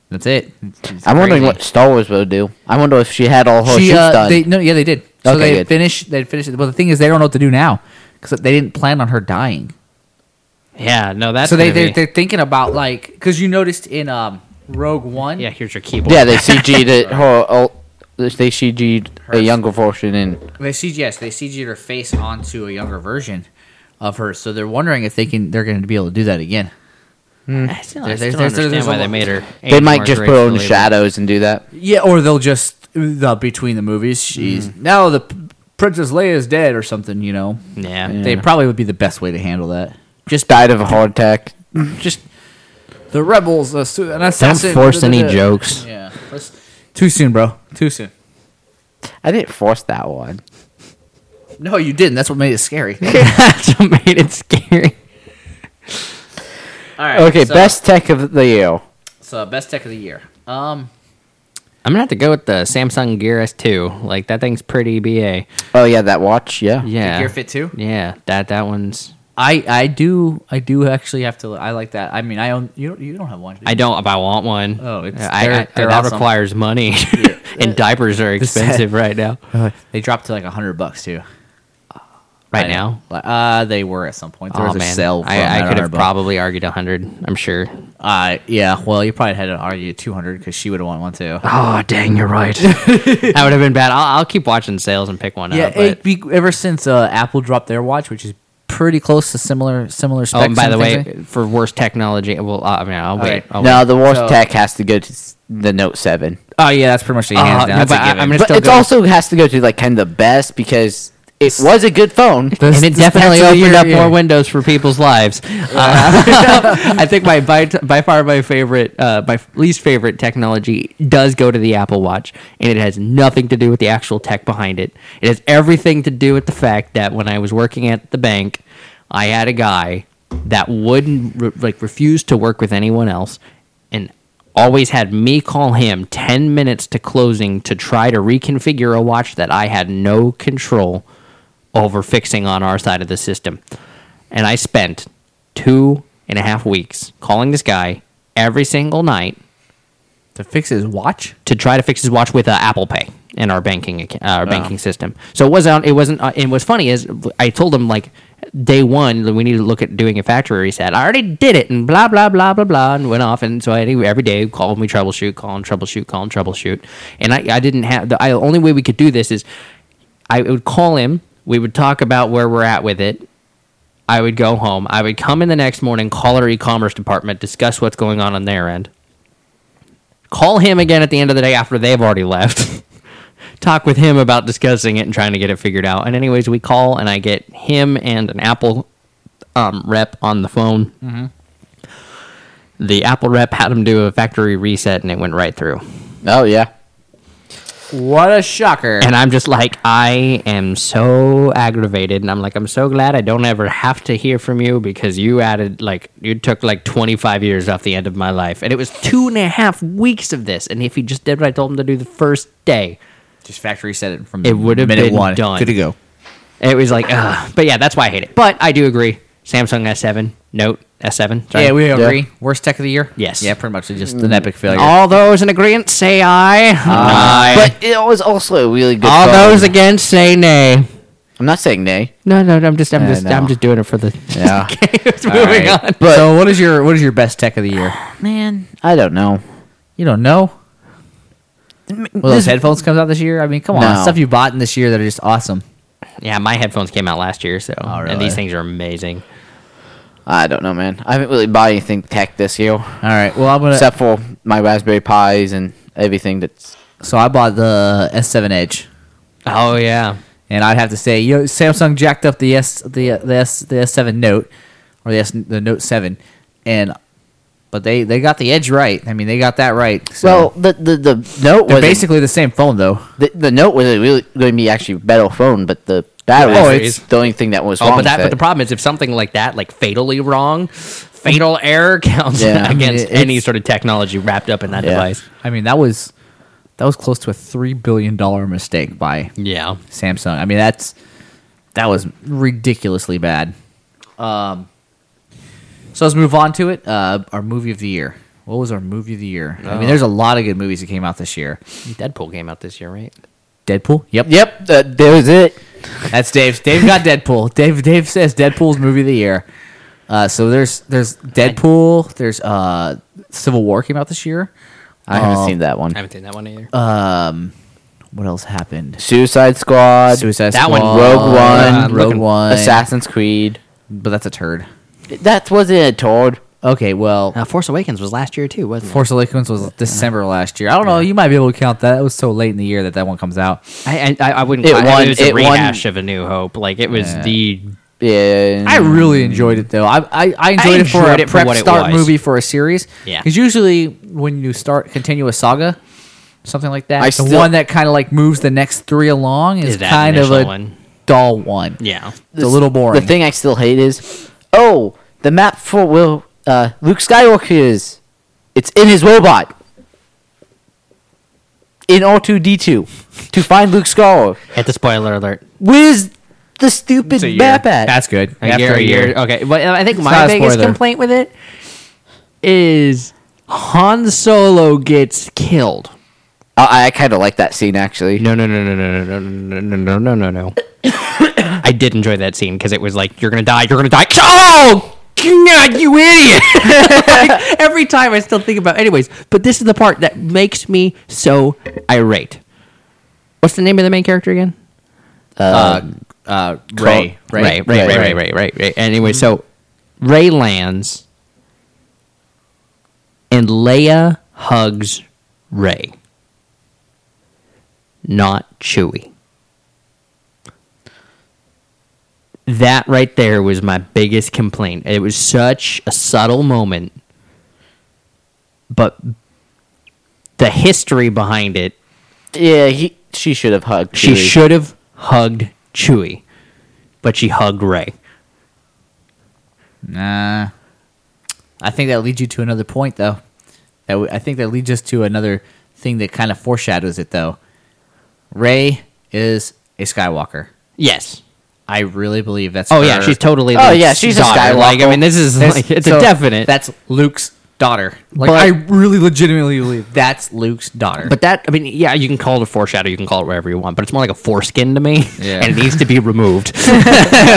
S1: That's it. It's- it's
S3: I'm wondering
S1: crazy.
S3: what Star Wars will do. I wonder if Oh, she had all her
S1: she,
S3: shoots
S1: uh,
S3: done.
S1: They, no, yeah, they did. So
S3: Okay,
S1: they
S3: good.
S1: finished. They finished. Well, the thing is, they don't know what to do now because they didn't plan on her dying.
S2: Yeah, no, that's
S1: so they
S2: gonna
S1: they're,
S2: be-
S1: they're thinking about like because you noticed in um Rogue One.
S2: Yeah, here's your keyboard.
S3: yeah, they CG'd it, her. All, they CG'd a younger version in.
S1: They CG yes, they CG'd her face onto a younger version of her. So they're wondering if they can they're going to be able to do that again.
S2: I still,
S1: There-
S2: I still
S1: there's- there's-
S2: understand
S1: there's a
S2: why
S1: lot-
S2: they made her.
S3: They
S2: age
S3: might
S2: more
S3: just put her in the
S2: gracefully,
S3: shadows and do that.
S1: Yeah, or they'll just the between the movies. She's now the p- Princess Leia is dead or something. You know,
S2: but- Yeah,
S1: they probably would be the best way to handle that.
S3: Just died of a heart attack.
S1: Just the rebels, a su- an assassin. da-da-da.
S2: jokes.
S1: Yeah, let's- too soon, bro. Too soon.
S3: I didn't force that one.
S1: No, you didn't. That's what made it scary.
S2: That's what made it scary.
S1: All right.
S3: Okay,
S1: so-
S3: best tech of the year.
S1: So best tech of the year. Um,
S2: I'm gonna have to go with the Samsung Gear S2. Like that thing's pretty ba.
S3: Oh yeah, that watch. Yeah.
S2: Yeah,
S1: Gear Fit Two.
S2: Yeah, that that one's.
S1: I I do I do actually have to. I like that. I mean, I own you. Don't, you don't have one. do
S2: I
S1: you?
S2: don't. If I want one.
S1: Oh, it's-
S2: I,
S1: they're-
S2: I,
S1: they're
S2: that
S1: awesome.
S2: requires money, and diapers are expensive right now.
S1: They dropped to like a hundred bucks too.
S2: Right
S1: I know.
S2: now.
S1: Like, uh, they were at some point. There
S2: Oh
S1: was a
S2: man,
S1: sale. for them
S2: I,
S1: at
S2: I could
S1: 100
S2: have
S1: bucks.
S2: probably argued a hundred. I'm sure.
S1: Uh, yeah. Well, you probably had to argue two hundred because she would want one too. Uh,
S2: Oh dang, you're right. that would have been bad. I'll, I'll keep watching sales and pick one
S1: Yeah,
S2: up. But,
S1: it be, ever since uh, Apple dropped their watch, which is pretty close to similar similar
S2: oh,
S1: specs.
S2: and by
S1: and
S2: the
S1: things
S2: way,
S1: like-
S2: for worst technology, well, uh, I mean, I'll wait.
S1: right.
S2: I'll wait.
S3: No, the worst
S1: So-
S3: tech has to go to s- the Note Seven.
S1: oh yeah, that's pretty much the
S2: Uh,
S1: hands down.
S2: no,
S1: That's a
S2: but I-
S1: given.
S2: I'm gonna
S3: But
S2: still
S3: it
S2: go-
S3: also has to go to like kind of the best because it was a good phone.
S2: and it
S1: this
S2: definitely
S1: past
S2: opened
S1: year,
S2: up
S1: yeah.
S2: more windows for people's lives. Uh, I think my by, by far my favorite, uh, my least favorite technology does go to the Apple Watch, and it has nothing to do with the actual tech behind it. It has everything to do with the fact that when I was working at the bank, I had a guy that wouldn't re- like refuse to work with anyone else, and always had me call him 10 minutes to closing to try to reconfigure a watch that I had no control over fixing on our side of the system. And I spent two and a half weeks calling this guy every single night
S1: to fix his watch.
S2: to try to fix his watch with uh, Apple Pay in our banking account, our
S1: Oh.
S2: banking system. So it wasn't. It wasn't. Uh, and what's funny is I told him like day one that we need to look at doing a factory reset. I already did it and blah blah blah blah blah and went off. And so I every day call me troubleshoot, call him troubleshoot, call him troubleshoot. And I, I didn't have the I, only way we could do this is I would call him. We would talk about where we're at with it. I would go home. I would come in the next morning, call our e-commerce department, discuss what's going on on their end call him again at the end of the day after they've already left. Talk with him about discussing it and trying to get it figured out. And anyways, we call and I get him and an Apple um, rep on the phone. The Apple rep had him do a factory reset and it went right through.
S3: Oh yeah.
S1: What a shocker!
S2: And I'm just like, I am so aggravated. And I'm like, I'm so glad I don't ever have to hear from you because you added, like, you took like 25 years off the end of my life. And it was two and a half weeks of this. And if he just did what I told him to do the first day,
S1: Just factory set it from
S2: It would've
S1: minute
S2: been
S1: one.
S2: done.
S1: Good to go.
S2: It was like, ugh. but yeah, that's why I hate it. But I do agree. Samsung S7 Note S7. Sorry.
S1: Yeah, we
S3: Yeah.
S1: agree. Worst tech of the year.
S2: Yes.
S1: Yeah, pretty much just an epic failure.
S2: all those in agreement say aye.
S1: Uh,
S2: aye.
S3: But it was also a really good.
S2: all
S3: phone.
S2: those against say nay.
S3: I'm not saying nay.
S2: No, no, I'm just, I'm
S1: Yeah,
S2: just,
S1: no.
S2: I'm just doing it for the.
S3: Yeah.
S2: okay, it's
S1: All
S2: moving
S1: right.
S2: on.
S3: But-
S1: so, what is your what is your best tech of the year?
S3: Man, I don't know.
S1: You don't know. Well, those
S3: This-
S1: headphones comes out this year. I mean, come on,
S3: No.
S1: stuff you bought in this year that are just awesome.
S2: Yeah, my headphones came out last year, so
S3: Oh,
S2: and
S1: really?
S2: these things are amazing.
S3: I don't know, man. I haven't really bought anything tech this year,
S1: All right, well, I'm gonna.
S3: except for my Raspberry Pis and everything that's.
S1: so I bought the S7 Edge,
S2: Oh yeah,
S1: and I'd have to say, you know, Samsung jacked up the S the the S the S7 Note or the S the Note 7, and but they they got the Edge right. I mean, they got that right. So
S3: Well, the the the note
S1: they're
S3: was
S1: basically the same phone though.
S3: the, the note was a really going to be actually a better phone, but the battery
S2: Oh,
S3: was
S2: it's-
S3: the only thing that was
S2: Oh,
S3: wrong.
S2: but that,
S3: with
S2: but the
S3: it.
S2: problem is if something like that, like fatally wrong, fatal error counts
S3: Yeah, I mean,
S2: against
S3: it's-
S2: any sort of technology wrapped up in that
S3: Yeah.
S2: device.
S1: I mean, that was that was close to a three billion dollar mistake by
S2: Yeah.
S1: Samsung. I mean, that's that was ridiculously bad. Um, so let's move on to it. Uh, our movie of the year. What was our movie of the year?
S3: Oh.
S1: I mean, there's a lot of good movies that came out this year.
S2: Deadpool came out this year, right?
S1: Deadpool. Yep,
S3: Yep, that, that was it.
S1: that's Dave's. Dave got Deadpool. Dave Dave says Deadpool's movie of the year. Uh, so there's there's Deadpool. There's uh, Civil War came out this year.
S3: I haven't
S1: Oh.
S3: seen that one.
S2: I haven't seen that one either.
S1: um, What else happened?
S3: Suicide Squad,
S1: Suicide
S2: that one-
S1: Squad,
S3: Rogue One,
S1: Rogue One,
S3: Assassin's Creed.
S1: But that's a turd.
S3: That wasn't a toad.
S1: Okay, well,
S2: uh, Force Awakens was last year too, wasn't it?
S1: Force Awakens was December last year. I don't know. You might be able to count that. It was so late in the year that that one comes out.
S2: I, I, I wouldn't.
S3: It
S2: I mean,
S3: won-
S2: it was a
S3: it won-
S2: rehash of A New Hope. Like it was
S1: Yeah.
S2: the.
S3: Yeah,
S1: I really enjoyed it though. I I, I enjoyed it for
S2: enjoyed
S1: a
S2: it for
S1: prep
S2: what it
S1: start
S2: was.
S1: movie for a series.
S2: Yeah.
S1: because usually when you start continue a saga, something like that,
S3: I
S1: the
S3: still-
S1: one that kind of like moves the next three along is,
S2: Is that
S1: kind of
S2: initial
S1: a
S2: one.
S1: dull one.
S2: Yeah.
S1: it's a little boring.
S3: The thing I still hate is, oh, the map for Will uh, Luke Skywalker is, it's in his robot. In R two D two, to find Luke Skywalker.
S2: Hit the spoiler alert.
S3: Where's the stupid map at?
S1: that's good.
S2: A year, a year. Okay, but I think
S1: not
S2: my
S1: a
S2: biggest
S1: spoiler.
S2: complaint with it is Han Solo gets killed.
S3: Uh, I, I kind of like that scene actually.
S2: No, no, no, no, no, no, no, no, no, no, no, no. I did enjoy that scene because it was like, you're gonna die, you're gonna die. Oh, God, you idiot! Like, every time I still think about. Anyways, but this is the part that makes me so irate. What's the name of the main character again?
S1: Uh, Ray,
S2: Ray, Ray, Ray, Ray, Ray, Ray, Ray, Ray. Anyway, so Ray lands, and Leia hugs Ray, not Chewie. That right there was my biggest complaint. It was such a subtle moment, but the history behind it
S3: Yeah, he, she should have hugged.
S2: she
S3: Chewie.
S2: should have hugged Chewie, but she hugged Ray.
S1: Nah, I think that leads you to another point though. That w- I think that leads us to another thing that kind of foreshadows it though. Ray is a Skywalker.
S2: Yes.
S1: I really believe that's.
S2: Oh yeah,
S1: her-
S2: she's totally.
S3: Oh,
S2: Luke's
S3: yeah, she's a
S2: daughter. Like I mean, this is
S1: That's-
S2: like it's a
S1: so
S2: definite.
S1: That's Luke's daughter. Like
S2: But-
S1: I really legitimately believe that's Luke's daughter.
S2: but that I mean, yeah, you can call it a foreshadow. You can call it whatever you want, but it's more like a foreskin to me,
S1: Yeah.
S2: and it needs to be removed. Uh,
S1: I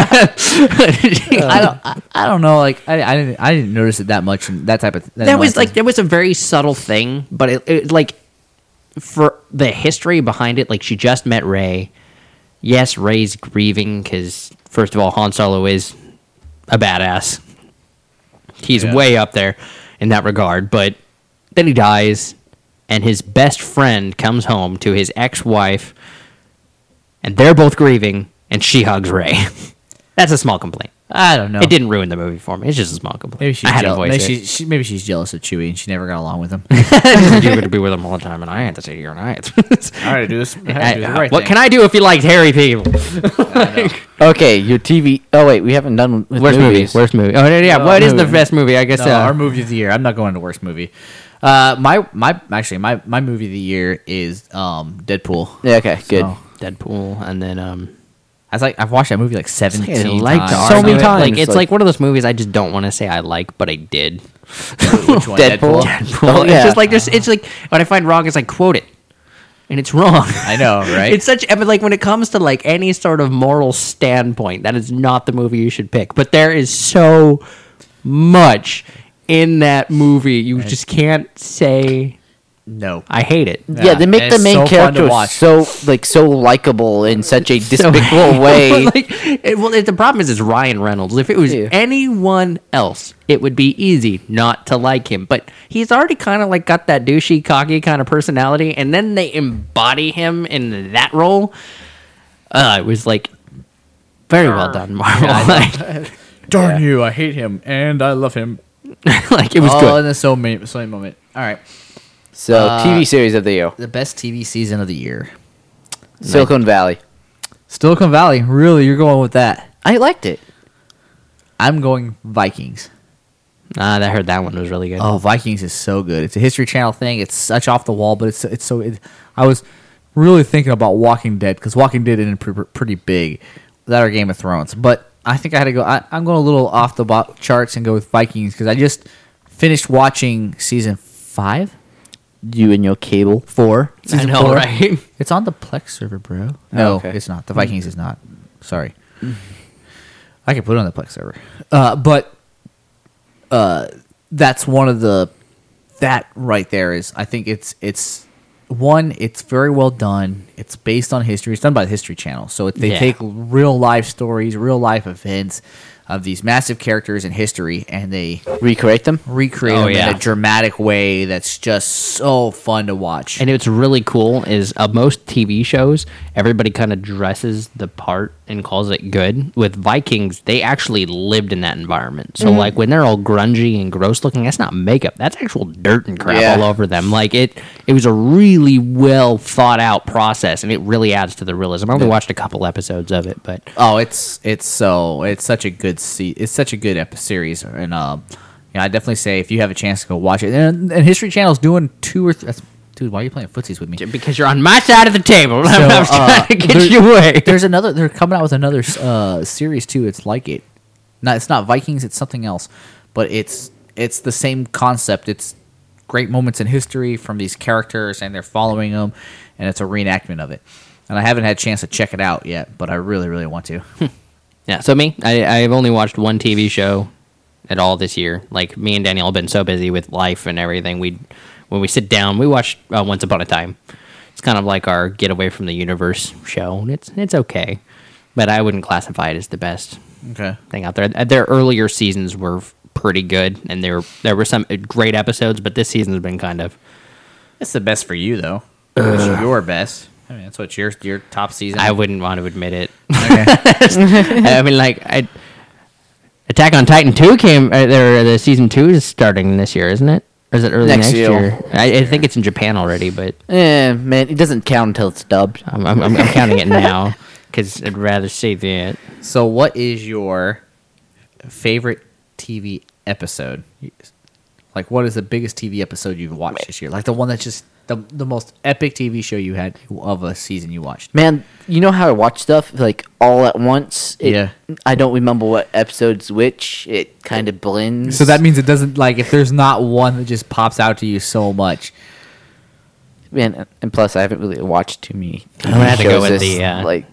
S1: don't. I, I don't know. Like I, I didn't. I didn't notice it that much. And that type of. That,
S2: that was
S1: much.
S2: like that was a very subtle thing, but it, it like for the history behind it, like she just met Ray. Yes, Ray's grieving because first of all, Han Solo is a badass. He's
S1: Yeah.
S2: way up there in that regard, but then he dies, and his best friend comes home to his ex-wife, and they're both grieving, and she hugs Ray. That's a small complaint.
S1: I don't know.
S2: It didn't ruin the movie for me. It's just a small complaint.
S1: Oh. Maybe she's.
S2: I had to
S1: jeal-
S2: voice
S1: maybe,
S2: it.
S1: she's she, maybe she's jealous of Chewie and she never got along with him.
S2: you were going to be with him all the time, and I had to sit here and I had to.
S1: I gotta do this.
S2: I- what can I do if you like hairy people?
S3: Okay, your TV. Oh wait, we haven't done with
S2: Worst movie.
S3: movies.
S2: Worst movie. Oh yeah, yeah.
S1: No,
S2: what is the
S1: movie.
S2: best movie? I guess.
S1: No,
S2: uh,
S1: our movie of the year. I'm not going to worst movie. Uh, my my actually my my movie of the year is um Deadpool.
S3: Yeah, okay, good.
S1: So,
S2: Deadpool, and then um,
S1: I was like, I've watched that movie like seventeen
S2: I
S1: times.
S2: liked
S3: So
S2: so many
S3: many
S2: times. Like
S3: times,
S2: it's
S3: like-
S2: like, one of those movies I just don't want to say I like, but I did.
S1: Which one,
S3: Deadpool? Oh, yeah.
S2: It's just like there's. It's like what I find wrong is I quote it, and it's wrong.
S1: I know, right?
S2: It's such, eh, but like when it comes to like any sort of moral standpoint, that is not the movie you should pick. But there is so much in that movie you just can't say
S1: no.
S2: I hate it.
S3: Yeah, they make
S1: and
S3: the
S1: it's
S3: main
S1: so fun to
S3: character
S1: watch.
S3: so like so likable in such a
S2: So-
S3: despicable way.
S2: like, it- well, it, the problem is, it's Ryan Reynolds. If it was
S3: Yeah.
S2: anyone else, it would be easy not to like him. But he's already kind of like got that douchey, cocky kind of personality, and then they embody him in that role. Uh, it was like very well done, Marvel. like,
S1: Darn you! I hate him and I love him.
S2: like, it was
S3: Oh.
S1: All in
S2: good.
S1: the so many, so many moment. All right,
S3: so
S1: uh,
S3: TV series of the year,
S1: the best TV season of the year.
S3: Silicon Valley.
S1: Silicon Valley. Really, you're going with that?
S3: I liked it.
S1: I'm going Vikings.
S2: Ah, I heard that one was really good.
S1: Oh, Vikings is so good. It's a History Channel thing. It's such off the wall, but it's it's so. It, I was really thinking about Walking Dead because Walking Dead is pretty, pretty big. That or Game of Thrones, but I think I had to go. I, I'm going a little off the bo- charts and go with Vikings because I just finished watching season five,
S3: You and your cable.
S1: four.
S2: I
S1: Season
S2: know,
S1: four.
S2: right?
S1: It's on the Plex server, bro.
S2: Oh,
S1: No,
S3: okay.
S1: it's not. The Vikings is not. Sorry.
S2: Mm-hmm.
S1: I can put it on the Plex server. Uh, but uh, that's one of the that right there is I think it's it's one, it's very well done. It's based on history. It's done by the History Channel. So it, they
S2: Yeah.
S1: take real life stories, real life events of these massive characters in history and they
S3: Recreate them.
S1: recreate
S2: Oh,
S1: them
S2: yeah.
S1: in a dramatic way that's just so fun to watch.
S2: And it's really cool is uh, most TV shows, everybody kind of dresses the part and calls it good. With Vikings, they actually lived in that environment. So like when they're all grungy and gross looking, that's not makeup. That's actual dirt and crap
S3: Yeah.
S2: all over them. Like it it was a really well thought out process and it really adds to the realism. I only watched a couple episodes of it, but
S1: Oh, it's it's so it's such a good se- it's such a good epi- series, and um, yeah, I definitely say if you have a chance to go watch it. And, and History Channel's doing two or th- that's, dude, why are you playing footsies with me?
S2: because you're on my side of the table, I'm,
S1: So,
S2: trying
S1: uh,
S2: to
S1: there-
S2: get you away.
S1: There's another. They're coming out with another uh, series too. It's like it. Not it's not Vikings. It's something else, but it's it's the same concept. It's great moments in history from these characters, and they're following them, and it's a reenactment of it. And I haven't had a chance to check it out yet, but I really, really want to.
S2: Yeah. So me, I, I've only watched one TV show at all this year. Like me and Danielle have been so busy with life and everything. We, when we sit down, we watch uh, Once Upon a Time. It's kind of like our get away from the universe show, and it's it's okay, but I wouldn't classify it as the best
S1: okay.
S2: thing out there. Uh, Their earlier seasons were f- pretty good, and there there were some great episodes, but this season's been kind of.
S1: It's the best for you though. It's your best. I mean, that's what your your top season.
S2: I wouldn't want to admit it. I mean, like I. Attack on Titan two came. Uh, there, the season two is starting this year, isn't it? Or is it early
S3: Next
S2: next,
S3: year.
S2: year? I, I think it's in Japan already, but
S3: Eh, man, it doesn't count until it's dubbed.
S2: I'm, I'm, I'm, I'm counting it now because I'd rather see the.
S1: so, what is your favorite TV episode? Like, what is the biggest TV episode you've watched this year? Like the one that's just the the most epic TV show you had of a season you watched.
S3: Man, you know how I watch stuff like all at once. It-
S1: Yeah.
S3: I don't remember what episodes which. It kind of blends.
S1: So that means it doesn't like if there's not one that just pops out to you so much.
S3: man, and plus I haven't really watched too many.
S2: I'm gonna have to go
S3: shows
S2: with
S3: this,
S2: the, uh,
S3: like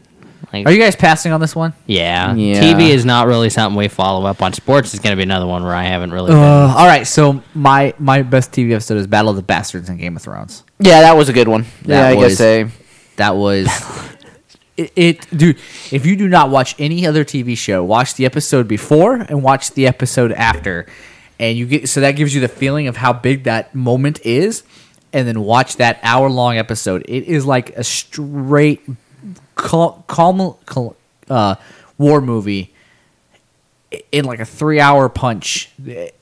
S2: Like,
S1: Are you guys passing on this one?
S2: yeah.
S3: Yeah.
S2: TV is not really something we follow up on. Sports is going to be another one where I haven't really. been-
S1: Uh, all right. So my my best TV episode is Battle of the Bastards in Game of Thrones.
S3: yeah, that was a good one.
S1: That
S3: yeah, I
S1: was-
S3: guess say
S1: That was it, it, dude. If you do not watch any other TV show, watch the episode before and watch the episode after, and you get so that gives you the feeling of how big that moment is, and then watch that hour long episode. It is like a straight cal- calm, cal- uh, war movie i- in like a three hour punch.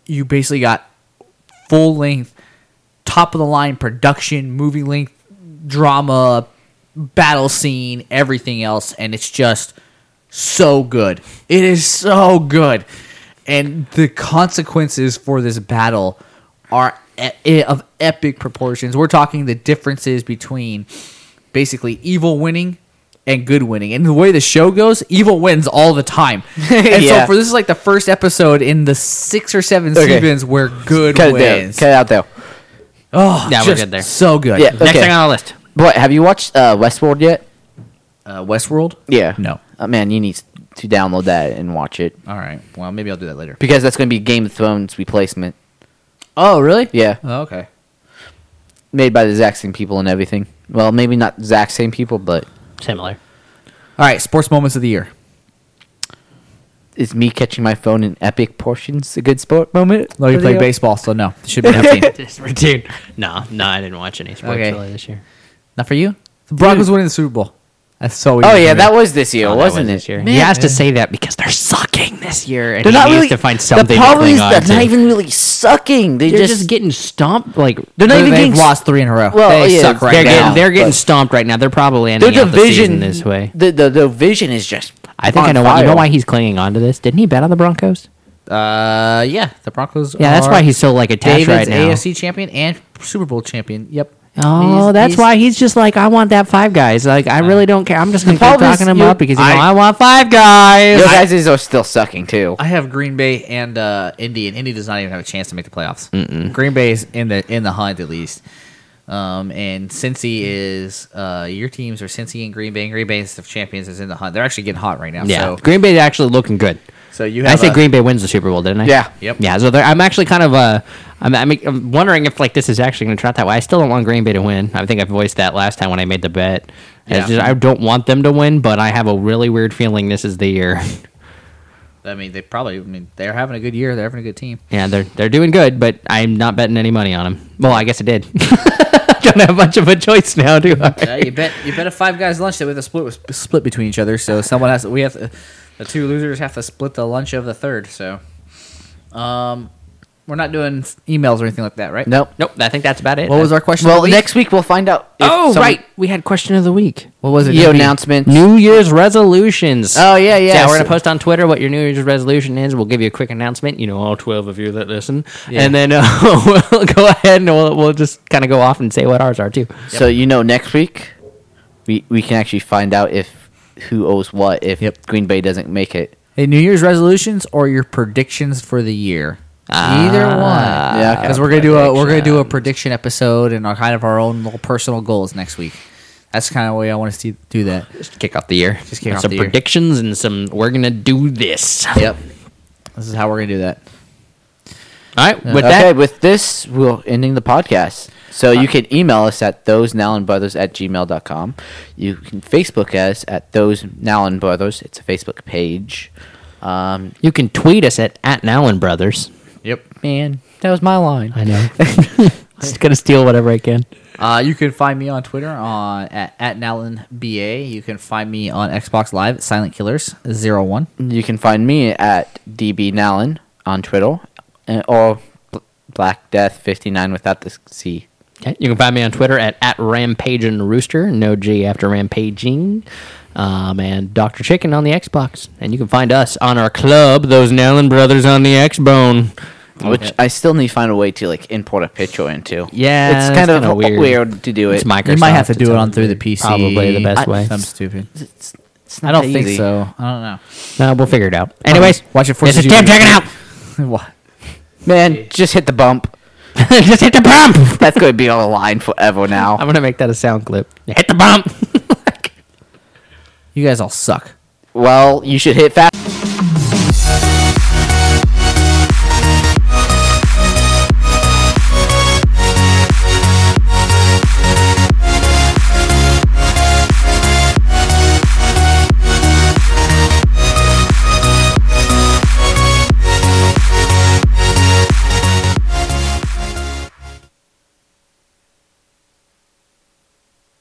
S1: You basically got full length, top of the line production, movie length, drama, battle scene, everything else, and it's just so good. It is so good, and the consequences for this battle are e- e- of epic proportions. We're talking the differences between basically evil winning and good winning. And the way the show goes, evil wins all the time. And
S3: Yeah.
S1: so for this is like the first episode in the six or seven
S3: Okay.
S1: seasons where good
S3: Cut it, there.
S1: wins.
S3: Cut it out though.
S1: Oh,
S2: Yeah, we're
S1: just
S2: good there.
S1: So good.
S3: Yeah.
S2: Next
S3: Okay.
S2: thing on the list.
S3: Boy, have you watched uh, Westworld yet?
S1: Uh, Westworld.
S3: Yeah.
S1: No.
S3: Oh, man, you need to download that and watch it
S1: All right. Well, maybe I'll do that later.
S3: because that's going to be Game of Thrones replacement.
S1: Oh, really?
S3: Yeah,
S1: Oh, okay.
S3: made by the exact same people and everything. Well, maybe not exact same people, but
S2: Similar.
S1: All right. Sports moments of the year.
S3: is me catching my phone in epic portions a good sport moment?
S1: No, you
S3: for
S1: play
S3: the-
S1: baseball, so no. It should be 15.
S2: Just routine. No, no, I didn't watch any sports
S1: Okay.
S2: really this year.
S1: Not for you. The Broncos winning the Super Bowl. That's so.
S3: Oh
S1: easy
S3: yeah,
S1: for me.
S3: that was this year,
S2: Oh, that
S3: wasn't
S2: was
S3: it?
S2: this year. he has to say that because they're sucking this year, and
S3: They're
S2: he
S3: not
S2: needs
S3: really
S2: to find something.
S3: The
S2: to
S3: problem
S2: cling
S3: is
S2: on
S3: they're
S2: to.
S3: not even really sucking. They
S2: They're just,
S3: just,
S2: getting stomped. Like
S3: they're not
S1: They've
S3: even getting
S1: lost three in a row.
S3: Well,
S1: they
S3: yeah,
S1: suck right
S2: they're
S1: now.
S2: getting they're getting
S3: but-
S2: stomped right now. They're probably
S3: their
S2: ending up the
S3: division
S2: season this way.
S3: The the the division is just.
S2: I think I
S3: on
S2: know why. You know
S3: fire.
S2: why he's clinging on to this? Didn't he bet on the Broncos?
S1: Uh, yeah, the Broncos.
S2: Yeah, that's
S1: are
S2: why he's so like attached
S1: David's
S2: right now.
S1: AFC champion and Super Bowl champion. Yep.
S2: Oh,
S1: He's-
S2: that's
S1: he's-
S2: why he's just like I want that five guys. Like I really don't care. I'm just gonna keep
S1: problem is
S2: talking him
S1: you-
S2: up because you know,
S1: I-
S2: I, want five guys.
S3: Those guys is- are still sucking too.
S1: I have Green Bay and uh, Indy, and Indy does not even have a chance to make the playoffs. Green Bay is in the in the hunt at least, um, and Cincy is uh, your teams are Cincy and Green Bay. And Green Bay is the champions is in the hunt. They're actually getting hot right now.
S2: yeah,
S1: So,
S2: Green Bay's actually looking good.
S1: so you
S2: I
S1: have
S2: said
S1: a-
S2: Green Bay wins the Super Bowl, didn't I?
S3: Yeah.
S1: Yep.
S2: Yeah. So there- I'm actually kind of uh, I'm, I'm, I'm wondering if like this is actually going to turn out that way. I still don't want Green Bay to win. I think I voiced that last time when I made the bet. It's
S1: Yeah.
S2: just- I don't want them to win, but I have a really weird feeling this is the year.
S1: I mean, they probably. I mean, they're having a good year. They're having a good team.
S2: yeah, they're they're doing good, but I'm not betting any money on them. Well, I guess I did. don't have much of a choice now, do I?
S1: Uh, you bet. You bet a five guys lunch that with a split was split between each other. So someone has. We have to, the two losers have to split the lunch of the third. So, um, we're not doing emails or anything like that, right?
S3: Nope.
S2: Nope. I think that's about it.
S1: What was our question?
S3: Well,
S1: of the week?
S3: next week we'll find out. if
S2: Oh
S3: some
S2: right, we had question of the week.
S1: What was it?
S3: Yo announcements.
S2: New Year's resolutions.
S3: Oh yeah, yeah.
S2: Yeah, we're
S3: so-
S2: gonna post on Twitter what your New Year's resolution is. We'll give you a quick announcement. You know, all twelve of you that listen, and then uh, we'll go ahead and we'll, we'll just kind of go off and say what ours are too.
S3: So you know, next week we we can actually find out if who owes what if
S1: Yep.
S3: Green Bay doesn't make it.
S1: Hey, New Year's resolutions or your predictions for the year? Either
S2: Ah.
S1: one.
S3: Yeah, okay.
S1: Because we're gonna do a we're gonna do a prediction episode and our kind of our own little personal goals next week. That's kind of way I want to see do that.
S2: Just kick off the year.
S1: Just kick off
S2: some
S1: the year.
S2: predictions and some. We're gonna do this.
S1: Yep. This is how we're gonna do that.
S2: All right, with
S3: okay,
S2: that, Uh,
S3: with this we're ending the podcast. So you can email us at those brothers at gmail.com. You can Facebook us at those Nowlin brothers. It's a Facebook page. Um,
S2: you can tweet us at at Now and Brothers.
S1: Yep.
S3: man, that was my line.
S2: I know. Just gonna steal whatever I can.
S1: Uh, you can find me on Twitter on at, at NalanBA. You can find me on Xbox Live at Silent Killers 01.
S3: You can find me at DB Nowlin on Twitter uh, or Bl- Black Death 59 without the C.
S2: Okay, you can find me on Twitter at, at Rampage and Rooster, no G after Rampaging, um, and Dr. Chicken on the Xbox. And you can find us on our club, those Nellen Brothers on the Xbone.
S3: Which I still need to find a way to like import a picture into.
S2: Yeah,
S3: it's
S2: that's
S3: kind
S2: kinda
S3: of
S2: weird.
S3: weird. to do it.
S2: It's Microsoft.
S1: You might have to
S2: It's
S1: do it on through the PC.
S2: Probably the best
S1: I-
S2: way.
S1: Something stupid.
S3: It's, it's
S1: I
S3: not
S1: don't
S3: that
S1: think
S3: easy.
S1: so. I don't know.
S2: No, we'll figure it out. Anyways,
S1: Watch it for
S2: this is Tim checking out.
S1: what?
S3: Man, just hit the bump.
S2: Just hit the bump.
S3: That's going to be on the line forever now.
S2: I'm gonna make that a sound clip. Hit the bump.
S1: You guys all suck.
S3: Well, you should hit fast.